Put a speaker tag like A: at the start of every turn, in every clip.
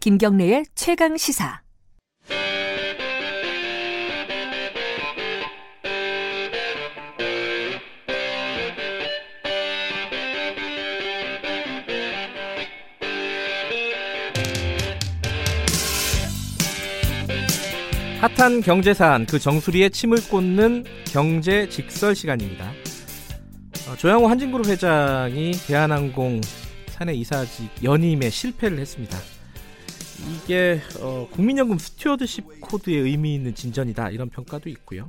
A: 김경래의 최강 시사.
B: 핫한 경제 사안 그 정수리에 침을 꽂는 경제 직설 시간입니다. 어, 조양호 한진그룹 회장이 대한항공 사내 이사직 연임에 실패를 했습니다. 이게 어, 국민연금 스튜어드십 코드의 의미 있는 진전이다 이런 평가도 있고요.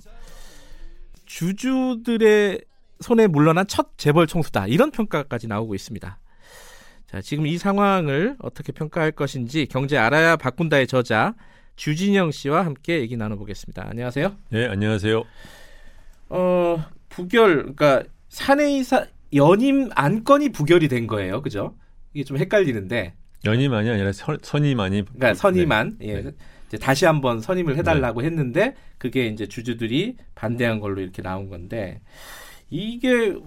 B: 주주들의 손에 물러난 첫 재벌 총수다 이런 평가까지 나오고 있습니다. 자, 지금 이 상황을 어떻게 평가할 것인지 경제 알아야 바꾼다의 저자 주진영 씨와 함께 얘기 나눠보겠습니다. 안녕하세요.
C: 네, 안녕하세요.
B: 어, 부결, 그러니까 사내이사 연임 안건이 부결이 된 거예요, 그죠? 이게 좀 헷갈리는데,
C: 연임만이 아니라 선, 선임만이
B: 그러니까 선임안, 예,
C: 네.
B: 이제 다시 한번 선임을 해달라고 했는데 그게 이제 주주들이 반대한 걸로 이렇게 나온 건데 이게 어,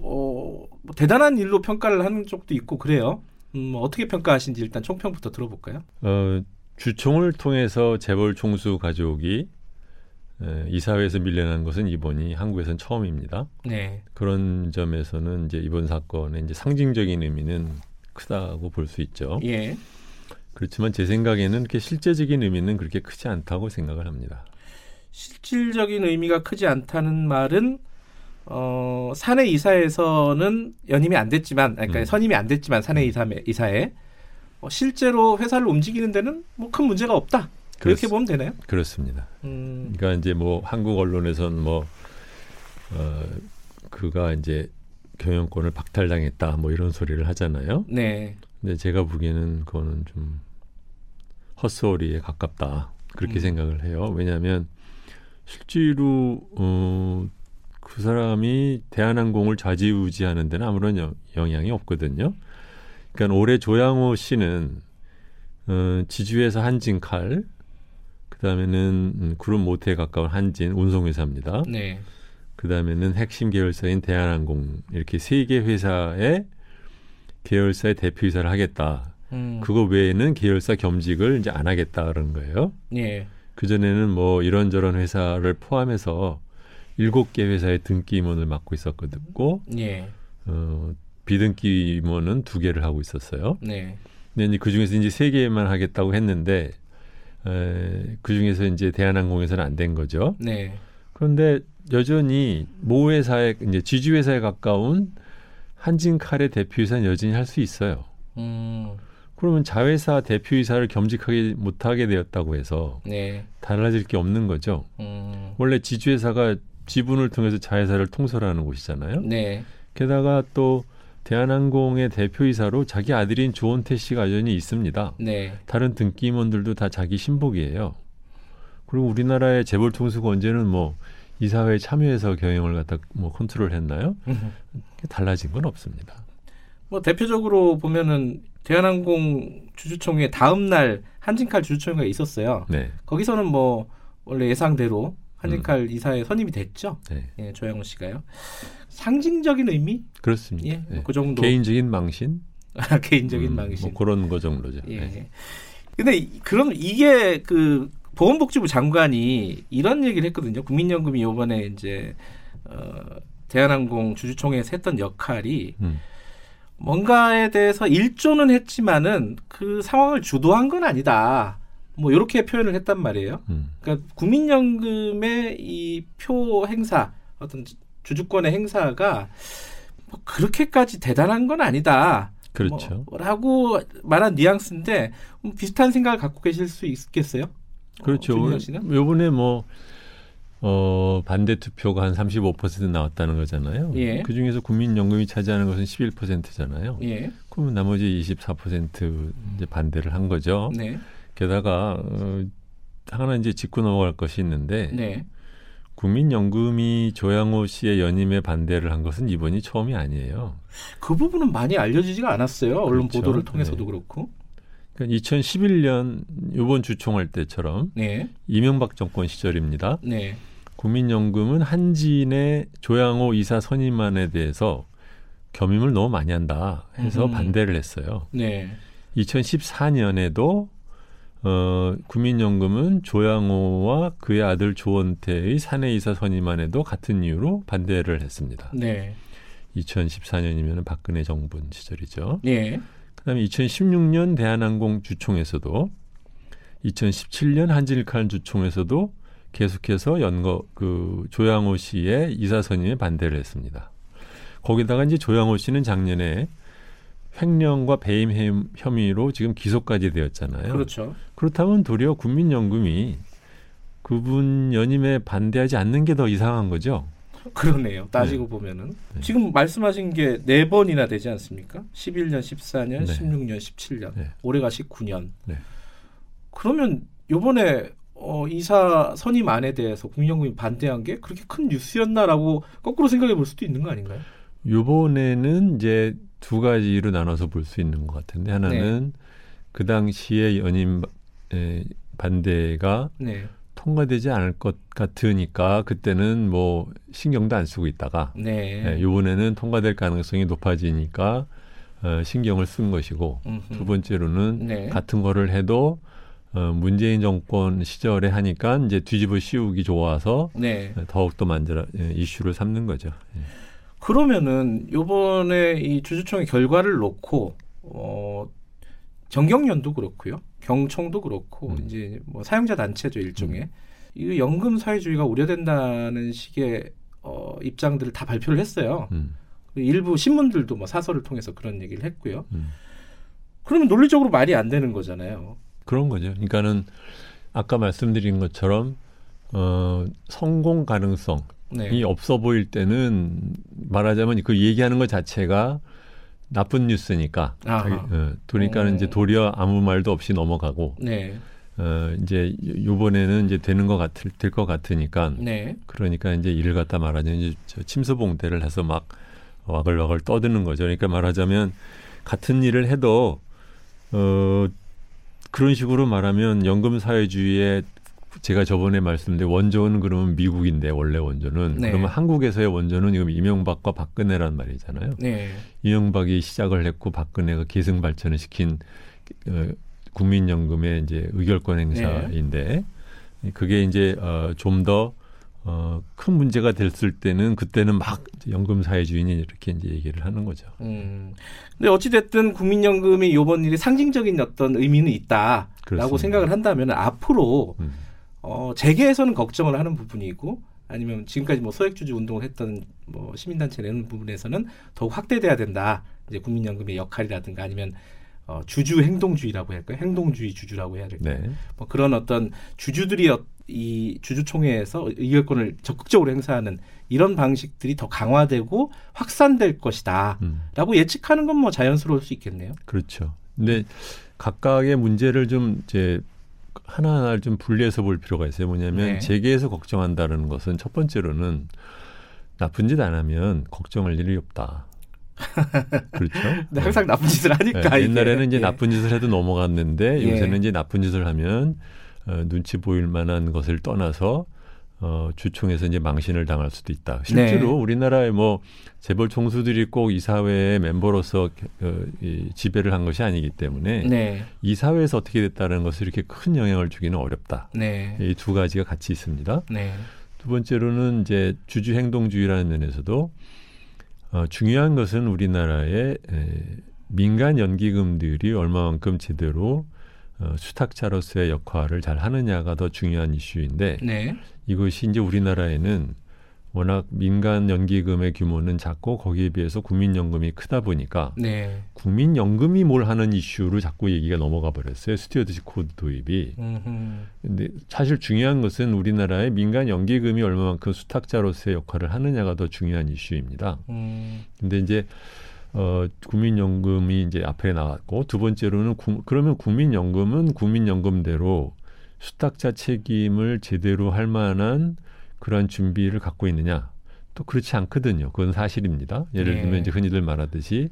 B: 뭐 대단한 일로 평가를 하는 쪽도 있고 그래요. 음, 뭐 어떻게 평가하신지 일단 총평부터 들어볼까요?
C: 어, 주총을 통해서 재벌 총수 가족이 에, 이사회에서 밀려난 것은 이번이 한국에선 처음입니다.
B: 네,
C: 그런 점에서는 이제 이번 사건의 이제 상징적인 의미는 크다고 볼 수 있죠.
B: 예,
C: 그렇지만 제 생각에는 그렇게 실제적인 의미는 그렇게 크지 않다고 생각을 합니다.
B: 실질적인 의미가 크지 않다는 말은 어, 사내 이사에서는 연임이 안 됐지만, 아니, 그러니까
C: 음.
B: 선임이 안 됐지만 사내 이사 이사에 어, 실제로 회사를 움직이는 데는 뭐 큰 문제가 없다. 그렇게
C: 그렇습-
B: 보면 되나요?
C: 그렇습니다.
B: 음,
C: 그러니까 이제 뭐 한국 언론에선 뭐 어, 그가 이제 경영권을 박탈당했다 뭐 이런 소리를 하잖아요.
B: 네,
C: 근데 제가 보기에는 그거는 좀 헛소리에 가깝다
B: 음.
C: 그렇게 생각을 해요. 왜냐하면 실제로 어, 그 사람이 대한항공을 좌지우지하는 데는 아무런 영, 영향이 없거든요. 그러니까 올해 조양호 씨는 어, 지주에서 한진칼 그다음에는 음, 구름 모태에 가까운 한진 운송회사입니다.
B: 네,
C: 그다음에는 핵심 계열사인 대한항공 이렇게 세 개 회사의 계열사의 대표이사를 하겠다.
B: 음,
C: 그거 외에는 계열사 겸직을 이제 안 하겠다라는 거예요.
B: 예,
C: 그전에는 뭐 이런저런 회사를 포함해서 일곱 개 회사의 등기 임원을 맡고 있었고
B: 예,
C: 어, 비등기 임원은 두 개를 하고 있었어요.
B: 네,
C: 근데 이제 그 중에서 이제 세 개만 하겠다고 했는데 그 중에서 이제 대한항공에서는 안 된 거죠.
B: 네,
C: 그런데 여전히 모 회사에 이제 지주 회사에 가까운 한진칼의 대표이사는 여전히 할 수 있어요.
B: 음,
C: 그러면 자회사 대표이사를 겸직하게 못하게 되었다고 해서
B: 네,
C: 달라질 게 없는 거죠.
B: 음,
C: 원래 지주회사가 지분을 통해서 자회사를 통솔하는 곳이잖아요.
B: 네,
C: 게다가 또 대한항공의 대표이사로 자기 아들인 조원태 씨가 여전히 있습니다.
B: 네,
C: 다른 등기임원들도 다 자기 신복이에요. 그리고 우리나라의 재벌 통수가 언제는 뭐 이사회에 참여해서 경영을 갖다 뭐 컨트롤했나요? 달라진 건 없습니다.
B: 뭐 대표적으로 보면은 대한항공 주주총회 다음 날 한진칼 주주총회가 있었어요.
C: 네,
B: 거기서는 뭐 원래 예상대로 한진칼
C: 음.
B: 이사에 선임이 됐죠.
C: 네,
B: 예, 조양호 씨가요. 상징적인 의미?
C: 그렇습니다.
B: 예,
C: 예.
B: 그 정도
C: 개인적인 망신,
B: 적인
C: 음,
B: 망신.
C: 뭐 그런 거 정도죠.
B: 예.
C: 네.
B: 예. 근데 이- 그럼 이게 그 보건복지부 장관이 이런 얘기를 했거든요. 국민연금이 요번에 이제 어, 대한항공 주주총회에서 했던 역할이
C: 음.
B: 뭔가에 대해서 일조는 했지만은 그 상황을 주도한 건 아니다. 뭐 이렇게 표현을 했단 말이에요.
C: 음.
B: 그러니까 국민연금의 이 표 행사 어떤 주- 주주권의 행사가 뭐 그렇게까지 대단한 건 아니다.
C: 그렇죠.
B: 뭐- 라고 말한 뉘앙스인데 음, 비슷한 생각을 갖고 계실 수 있겠어요? 어,
C: 그렇죠.
B: 주진영 씨는?
C: 요번에 뭐, 어, 반대 투표가 한 35% 나왔다는 거잖아요.
B: 예.
C: 그 중에서 국민연금이 차지하는 것은 11%잖아요.
B: 예.
C: 그러면 나머지 24% 이제 반대를 한 거죠.
B: 네.
C: 게다가, 어, 하나 이제 짚고 넘어갈 것이 있는데,
B: 네.
C: 국민연금이 조양호 씨의 연임에 반대를 한 것은 이번이 처음이 아니에요.
B: 그 부분은 많이 알려지지가 않았어요. 언론
C: 그렇죠.
B: 보도를 통해서도 그렇고.
C: 그러니까 2011년 요번 주총할 때처럼
B: 네.
C: 이명박 정권 시절입니다.
B: 네.
C: 국민연금은 한진의 조양호 이사 선임안에 대해서 겸임을 너무 많이 한다 해서
B: 음흠.
C: 반대를 했어요.
B: 네.
C: 2014년에도 어, 국민연금은 조양호와 그의 아들 조원태의 사내이사 선임안 에도 같은 이유로 반대를 했습니다.
B: 네.
C: 2014년이면 박근혜 정부 시절이죠.
B: 예.
C: 그다음에 2016년 대한항공 주총에서도 2017년 한진일칼 주총에서도 계속해서 연거 그 조양호 씨의 이사 선임에 반대를 했습니다. 거기다가 이제 조양호 씨는 작년에 횡령과 배임 혐- 혐의로 지금 기소까지 되었잖아요.
B: 그렇죠.
C: 그렇다면 도리어 국민연금이 그분 연임에 반대하지 않는 게 더 이상한 거죠.
B: 그러네요. 따지고 보면은
C: 네.
B: 지금 말씀하신 게 네 번이나 되지 않습니까? 11년, 14년,
C: 네.
B: 16년, 17년.
C: 네.
B: 올해가 19년.
C: 네.
B: 그러면 요번에 어, 이사 선임 안에 대해서 국민연금이 반대한 게 그렇게 큰 뉴스였나라고 거꾸로 생각해 볼 수도 있는 거 아닌가요?
C: 요번에는 이제 두 가지로 나눠서 볼 수 있는 것 같은데 하나는
B: 네.
C: 그 당시에 연임 바- 에, 반대가
B: 네.
C: 통과되지 않을 것 같으니까 그때는 뭐 신경도 안 쓰고 있다가
B: 네.
C: 예, 요번에는 통과될 가능성이 높아지니까 어, 신경을 쓴 것이고
B: 음흠.
C: 두 번째로는
B: 네.
C: 같은 거를 해도 어, 문재인 정권 시절에 하니까 이제 뒤집어 씌우기 좋아서
B: 네.
C: 더욱 더 만들어 예, 이슈를 삼는 거죠. 예.
B: 그러면은 요번에 이 주주총회 결과를 놓고 어 정경련도 그렇고요. 경총도 그렇고
C: 음.
B: 이제 뭐 사용자 단체죠, 일종의. 이 연금 사회주의가 우려된다는 식의 어 입장들을 다 발표를 했어요.
C: 음,
B: 일부 신문들도 뭐 사설을 통해서 그런 얘기를 했고요.
C: 음.
B: 그러면 논리적으로 말이 안 되는 거잖아요.
C: 그런 거죠. 그러니까는 아까 말씀드린 것처럼 어, 성공 가능성이
B: 네.
C: 없어 보일 때는 말하자면 그 얘기하는 것 자체가 나쁜 뉴스니까.
B: 아하.
C: 어, 그러니까는
B: 음.
C: 이제 도리어 아무 말도 없이 넘어가고
B: 네.
C: 어, 이제 요번에는 이제 되는 것 같을 될 것 같으니까
B: 네.
C: 그러니까 이제 이를 갖다 말하자면 이제 저 침수봉대를 해서 막 와글와글 떠드는 거죠. 그러니까 말하자면 같은 일을 해도 어 그런 식으로 말하면 연금 사회주의의 제가 저번에 말씀드린 원조는 그러면 미국인데 원래 원조는
B: 네.
C: 그러면 한국에서의 원조는 지금 이명박과 박근혜란 말이잖아요.
B: 네.
C: 이명박이 시작을 했고 박근혜가 계승 발전을 시킨 어, 국민연금의 이제 의결권 행사인데 그게 이제 어, 좀더 어, 큰 문제가 됐을 때는 그때는 막 이제 연금 사회주의니 이렇게 이제 얘기를 하는 거죠.
B: 음. 근데 어찌됐든 국민연금이 요번 일이 상징적인 어떤 의미는 있다라고
C: 그렇습니다.
B: 생각을 한다면 앞으로
C: 음.
B: 어, 재계에서는 걱정을 하는 부분이고 아니면 지금까지 뭐 소액주주 운동을 했던 뭐 시민단체 내는 부분에서는 더욱 확대돼야 된다. 이제 국민연금의 역할이라든가 아니면 어, 주주 행동주의라고 할까요? 행동주의 주주라고 해야 될까요?
C: 네.
B: 뭐 그런 어떤 주주들이 어- 이 주주총회에서 의결권을 적극적으로 행사하는 이런 방식들이 더 강화되고 확산될 것이다.
C: 음.
B: 라고 예측하는 건 뭐 자연스러울 수 있겠네요.
C: 그렇죠. 근데 각각의 문제를 좀 이제 하나하나를 좀 분리해서 볼 필요가 있어요. 뭐냐면
B: 네.
C: 재계에서 걱정한다는 것은 첫 번째로는 나쁜 짓 안 하면 걱정할 일이 없다. 그렇죠.
B: 근데 항상 나쁜 짓을 하니까
C: 네,
B: 이게.
C: 옛날에는 이제
B: 예.
C: 나쁜 짓을 해도 넘어갔는데
B: 예.
C: 요새는 이제 나쁜 짓을 하면 어, 눈치 보일 만한 것을 떠나서 어, 주총에서 이제 망신을 당할 수도 있다.
B: 네.
C: 실제로 우리나라에 뭐 재벌 총수들이 꼭 이사회의 멤버로서 어, 이 지배를 한 것이 아니기 때문에
B: 네,
C: 이사회에서 어떻게 됐다는 것을 이렇게 큰 영향을 주기는 어렵다.
B: 네,
C: 이 두 가지가 같이 있습니다.
B: 네,
C: 두 번째로는 이제 주주 행동주의라는 면에서도 어, 중요한 것은 우리나라의 에, 민간 연기금들이 얼마만큼 제대로 어, 수탁자로서의 역할을 잘 하느냐가 더 중요한 이슈인데
B: 네,
C: 이것이 이제 우리나라에는 워낙 민간 연기금의 규모는 작고 거기에 비해서 국민연금이 크다 보니까
B: 네.
C: 국민연금이 뭘 하는 이슈로 자꾸 얘기가 넘어가 버렸어요. 스튜어드십 코드 도입이.
B: 음흠.
C: 근데 사실 중요한 것은 우리나라의 민간 연기금이 얼마만큼 수탁자로서의 역할을 하느냐가 더 중요한 이슈입니다.
B: 음,
C: 근데 이제 어, 국민연금이 이제 앞에 나왔고 두 번째로는 구- 그러면 국민연금은 국민연금대로 수탁자 책임을 제대로 할 만한 그런 준비를 갖고 있느냐? 또 그렇지 않거든요. 그건 사실입니다. 예를
B: 예.
C: 들면 이제 흔히들 말하듯이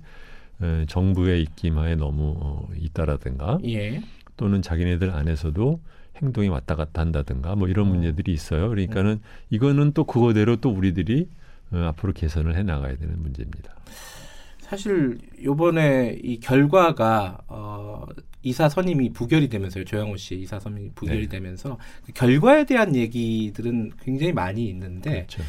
C: 에, 정부의 입김하에 너무 어, 있다라든가
B: 예,
C: 또는 자기네들 안에서도 행동이 왔다 갔다 한다든가 뭐 이런 문제들이 있어요. 네. 그러니까는 이거는 또 그거대로 또 우리들이 어, 앞으로 개선을 해 나가야 되는 문제입니다.
B: 사실 요번에 이 결과가 어 이사 선임이 부결이 되면서요. 조양호 씨 이사 선임이 부결이
C: 네.
B: 되면서 그 결과에 대한 얘기들은 굉장히 많이 있는데
C: 그렇죠.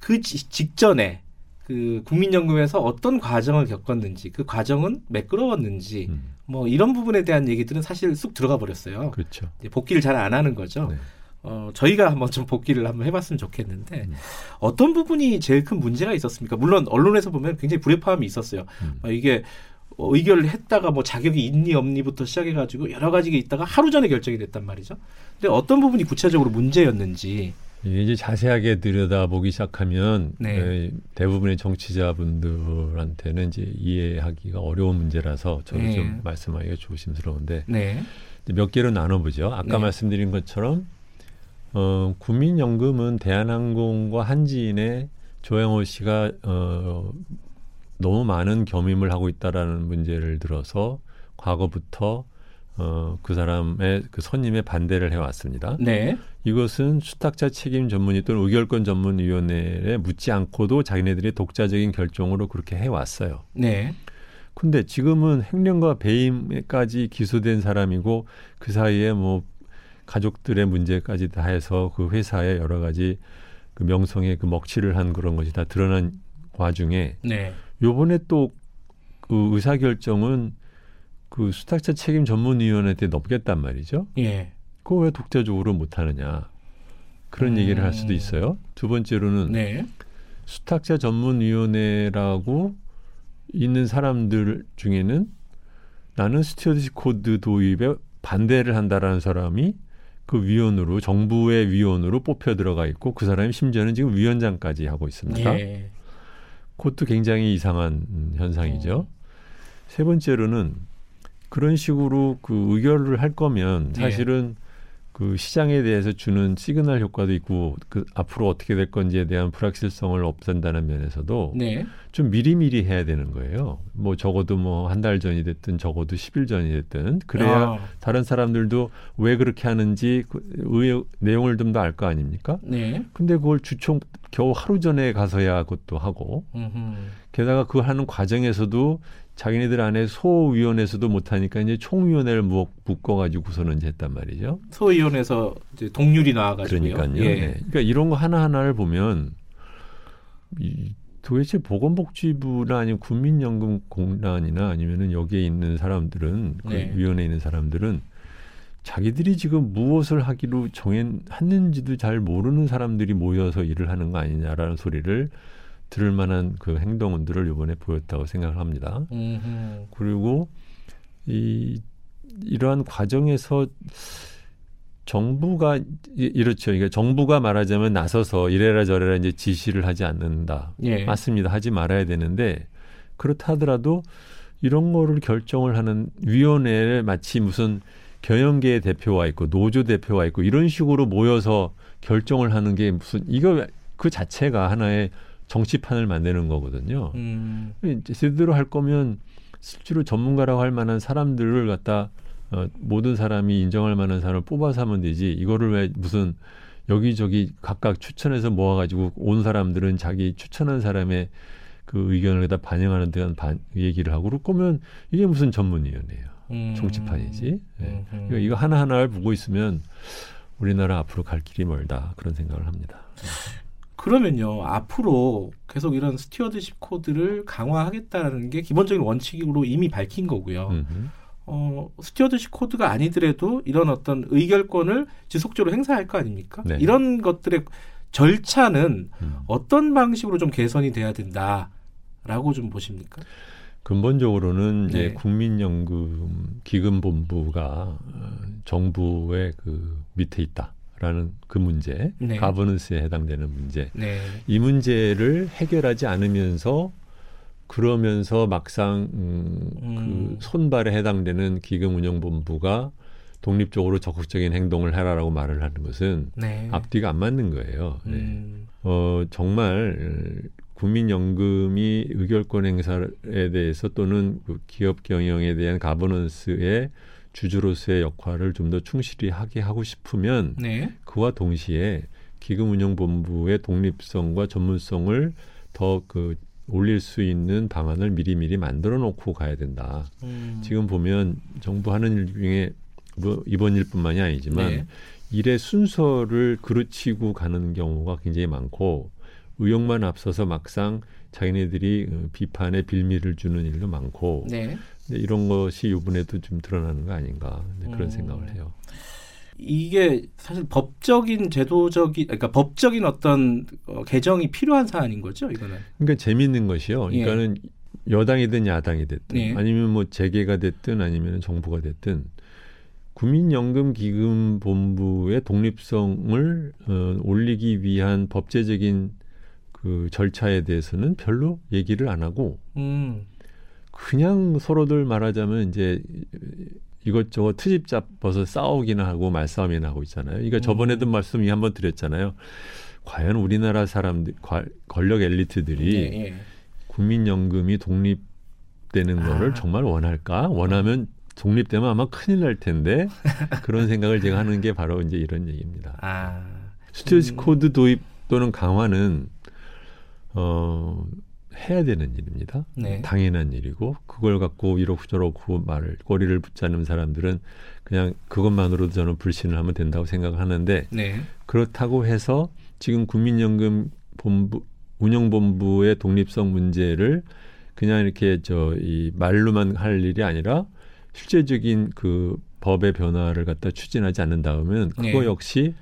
B: 그 지- 직전에 그 국민연금에서 어떤 과정을 겪었는지 그 과정은 매끄러웠는지
C: 음,
B: 뭐 이런 부분에 대한 얘기들은 사실 쑥 들어가 버렸어요.
C: 그렇죠.
B: 이제 복귀를 잘 안 하는 거죠.
C: 네.
B: 어, 저희가 한번 좀 복귀를 한번 해봤으면 좋겠는데
C: 음.
B: 어떤 부분이 제일 큰 문제가 있었습니까? 물론 언론에서 보면 굉장히 불협화음이 있었어요.
C: 음.
B: 어, 이게 어, 의결을 했다가 뭐 자격이 있니 없니부터 시작해가지고 여러 가지가 있다가 하루 전에 결정이 됐단 말이죠. 근데 어떤 부분이 구체적으로 문제였는지
C: 이게 이제 자세하게 들여다보기 시작하면
B: 네.
C: 에, 대부분의 정치자분들한테는 이제 이해하기가 어려운 문제라서 저도
B: 네.
C: 좀 말씀하기가 조심스러운데
B: 네,
C: 이제 몇 개로 나눠보죠. 아까
B: 네.
C: 말씀드린 것처럼 어, 국민연금은 대한항공과 한지인의 조양호 씨가 어, 너무 많은 겸임을 하고 있다라는 문제를 들어서 과거부터 어, 그 사람의 그 선임에 반대를 해왔습니다.
B: 네,
C: 이것은 수탁자 책임 전문위 또는 의결권 전문위원회에 묻지 않고도 자기네들이 독자적인 결정으로 그렇게 해왔어요.
B: 네,
C: 근데 지금은 횡령과 배임까지 기소된 사람이고 그 사이에 뭐 가족들의 문제까지 다 해서 그 회사의 여러 가지 그 명성에 그 먹칠을 한 그런 것이 다 드러난 와중에
B: 네,
C: 요번에 또 그 의사 결정은 그 수탁자 책임 전문위원회한테 넘겼단 말이죠.
B: 예,
C: 그거 왜 독자적으로 못하느냐 그런
B: 음.
C: 얘기를 할 수도 있어요. 두 번째로는
B: 네,
C: 수탁자 전문위원회라고 있는 사람들 중에는 나는 스튜어디스 코드 도입에 반대를 한다라는 사람이 그 위원으로 정부의 위원으로 뽑혀 들어가 있고 그 사람이 심지어는 지금 위원장까지 하고 있습니다.
B: 예,
C: 그것도 굉장히 이상한 음, 현상이죠.
B: 네.
C: 세 번째로는 그런 식으로 그 의결을 할 거면
B: 네.
C: 사실은 그 시장에 대해서 주는 시그널 효과도 있고 그 앞으로 어떻게 될 건지에 대한 불확실성을 없앤다는 면에서도
B: 네,
C: 좀 미리미리 해야 되는 거예요. 뭐 적어도 뭐 한 달 전이 됐든 적어도 10일 전이 됐든 그래야
B: 아,
C: 다른 사람들도 왜 그렇게 하는지 그 의, 내용을 좀 더 알 거 아닙니까?
B: 네,
C: 근데 그걸 주총 겨우 하루 전에 가서야 그것도 하고
B: 음,
C: 게다가 그 하는 과정에서도 자기네들 안에 소위원회에서도 못하니까 이제 총위원회를 묶- 묶어가지고서는 이제 했단 말이죠.
B: 소위원회에서 이제 동률이 나와가지고요.
C: 그러니까요.
B: 예.
C: 네. 그러니까 이런 거 하나 하나를 보면 이 도대체 보건복지부나 아니면 국민연금 공단이나 아니면은 여기에 있는 사람들은 그
B: 네.
C: 위원회에 있는 사람들은 자기들이 지금 무엇을 하기로 정했는지도 잘 모르는 사람들이 모여서 일을 하는 거 아니냐라는 소리를 들을 만한 그 행동들을 이번에 보였다고 생각을 합니다.
B: 음,
C: 그리고 이 이러한 과정에서 정부가 이- 이렇죠. 그러니까 정부가 말하자면 나서서 이래라 저래라 이제 지시를 하지 않는다.
B: 예,
C: 맞습니다. 하지 말아야 되는데 그렇다 하더라도 이런 거를 결정을 하는 위원회에 마치 무슨 경영계의 대표와 있고 노조 대표와 있고 이런 식으로 모여서 결정을 하는 게 무슨 이거 그 자체가 하나의 정치판을 만드는 거거든요.
B: 음,
C: 이제 제대로 할 거면 실제로 전문가라고 할 만한 사람들을 갖다 어, 모든 사람이 인정할 만한 사람을 뽑아서 하면 되지 이거를 왜 무슨 여기저기 각각 추천해서 모아가지고 온 사람들은 자기 추천한 사람의 그 의견을 갖다 반영하는 데한 반, 얘기를 하고 그럴 거면 이게 무슨 전문위원회예요
B: 음.
C: 정치판이지 예.
B: 음.
C: 그러니까 이거 하나하나를 보고 있으면 우리나라 앞으로 갈 길이 멀다 그런 생각을 합니다
B: 그러면요 앞으로 계속 이런 스튜어드십 코드를 강화하겠다라는 게 기본적인 원칙으로 이미 밝힌 거고요.
C: 음.
B: 어, 스튜어드십 코드가 아니더라도 이런 어떤 의결권을 지속적으로 행사할 거 아닙니까?
C: 네.
B: 이런 것들의 절차는
C: 음.
B: 어떤 방식으로 좀 개선이 돼야 된다라고 좀 보십니까? 네.
C: 근본적으로는 이제 국민연금 기금본부가 어, 정부의 그 밑에 있다라는 그 문제,
B: 네.
C: 가버넌스에 해당되는 문제.
B: 네,
C: 이 문제를 해결하지 않으면서 그러면서 막상 음,
B: 음.
C: 그 손발에 해당되는 기금운용본부가 독립적으로 적극적인 행동을 하라라고 말을 하는 것은
B: 네.
C: 앞뒤가 안 맞는 거예요. 네.
B: 음,
C: 어, 정말 어, 국민연금이 의결권 행사에 대해서 또는 그 기업 경영에 대한 가버넌스의 주주로서의 역할을 좀 더 충실히 하게 하고 싶으면
B: 네.
C: 그와 동시에 기금운용본부의 독립성과 전문성을 더 그 올릴 수 있는 방안을 미리미리 만들어 놓고 가야 된다.
B: 음.
C: 지금 보면 정부 하는 일 중에 뭐 이번 일뿐만이 아니지만
B: 네.
C: 일의 순서를 그르치고 가는 경우가 굉장히 많고 의욕만 앞서서 막상 자기네들이 어, 비판에 빌미를 주는 일도 많고
B: 네.
C: 근데 이런 것이 이번에도 좀 드러나는 거 아닌가 네, 그런
B: 음.
C: 생각을 해요.
B: 이게 사실 법적인 제도적인 그러니까 법적인 어떤 어, 개정이 필요한 사안인 거죠, 이거는.
C: 그러니까 재미있는 것이요.
B: 예.
C: 그러니까는 여당이든 야당이 됐든
B: 예.
C: 아니면 뭐 재계가 됐든 아니면 정부가 됐든 국민연금기금본부의 독립성을 어, 올리기 위한 법제적인 그 절차에 대해서는 별로 얘기를 안 하고
B: 음.
C: 그냥 서로들 말하자면 이제 이것저것 트집 잡아서 싸우기나 하고 말싸움이나 하고 있잖아요. 그러니까
B: 음.
C: 저번에도 말씀 이 한번 드렸잖아요. 과연 우리나라 사람들 과- 권력 엘리트들이
B: 예, 예.
C: 국민연금이 독립되는
B: 아.
C: 거를 정말 원할까? 원하면 독립되면 아마 큰일 날 텐데 그런 생각을 제가 하는 게 바로 이제 이런 얘기입니다.
B: 아.
C: 스튜어스
B: 음.
C: 코드 도입 또는 강화는 어 해야 되는 일입니다.
B: 네.
C: 당연한 일이고 그걸 갖고 이러고저러고 말을 꼬리를 붙잡는 사람들은 그냥 그것만으로도 저는 불신을 하면 된다고 생각을 하는데
B: 네.
C: 그렇다고 해서 지금 국민연금 본부 운영본부의 독립성 문제를 그냥 이렇게 저 이 말로만 할 일이 아니라 실제적인 그 법의 변화를 갖다 추진하지 않는다면 그거
B: 네.
C: 역시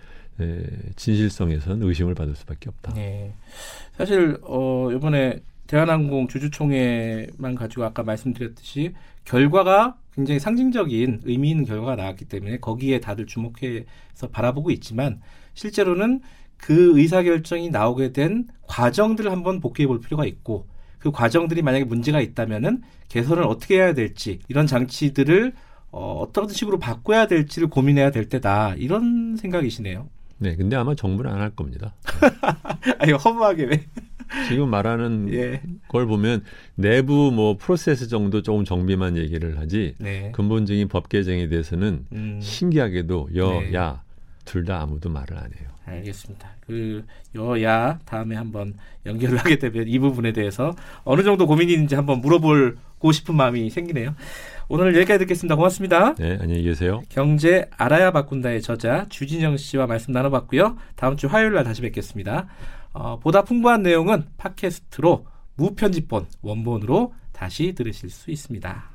C: 에, 진실성에선 의심을 받을 수밖에 없다.
B: 네. 사실 어 이번에 대한항공 주주총회만 가지고 아까 말씀드렸듯이 결과가 굉장히 상징적인 의미 있는 결과가 나왔기 때문에 거기에 다들 주목해서 바라보고 있지만 실제로는 그 의사결정이 나오게 된 과정들을 한번 복귀해 볼 필요가 있고 그 과정들이 만약에 문제가 있다면은 개선을 어떻게 해야 될지 이런 장치들을 어, 어떤 식으로 바꿔야 될지를 고민해야 될 때다 이런 생각이시네요.
C: 네, 근데 아마 정부는 안 할 겁니다.
B: 아니 허무하게 왜?
C: 지금 말하는
B: 예.
C: 걸 보면 내부 뭐 프로세스 정도 조금 정비만 얘기를 하지
B: 네.
C: 근본적인 법 개정에 대해서는
B: 음,
C: 신기하게도
B: 네.
C: 여, 야, 둘 다 아무도 말을 안 해요.
B: 알겠습니다. 그 여야 다음에 한번 연결을 하게 되면 이 부분에 대해서 어느 정도 고민이 있는지 한번 물어보고 싶은 마음이 생기네요. 오늘 여기까지 듣겠습니다. 고맙습니다.
C: 네, 안녕히 계세요.
B: 경제 알아야 바꾼다의 저자 주진영 씨와 말씀 나눠봤고요. 다음 주 화요일 날 다시 뵙겠습니다. 어, 보다 풍부한 내용은 팟캐스트로 무편집본 원본으로 다시 들으실 수 있습니다.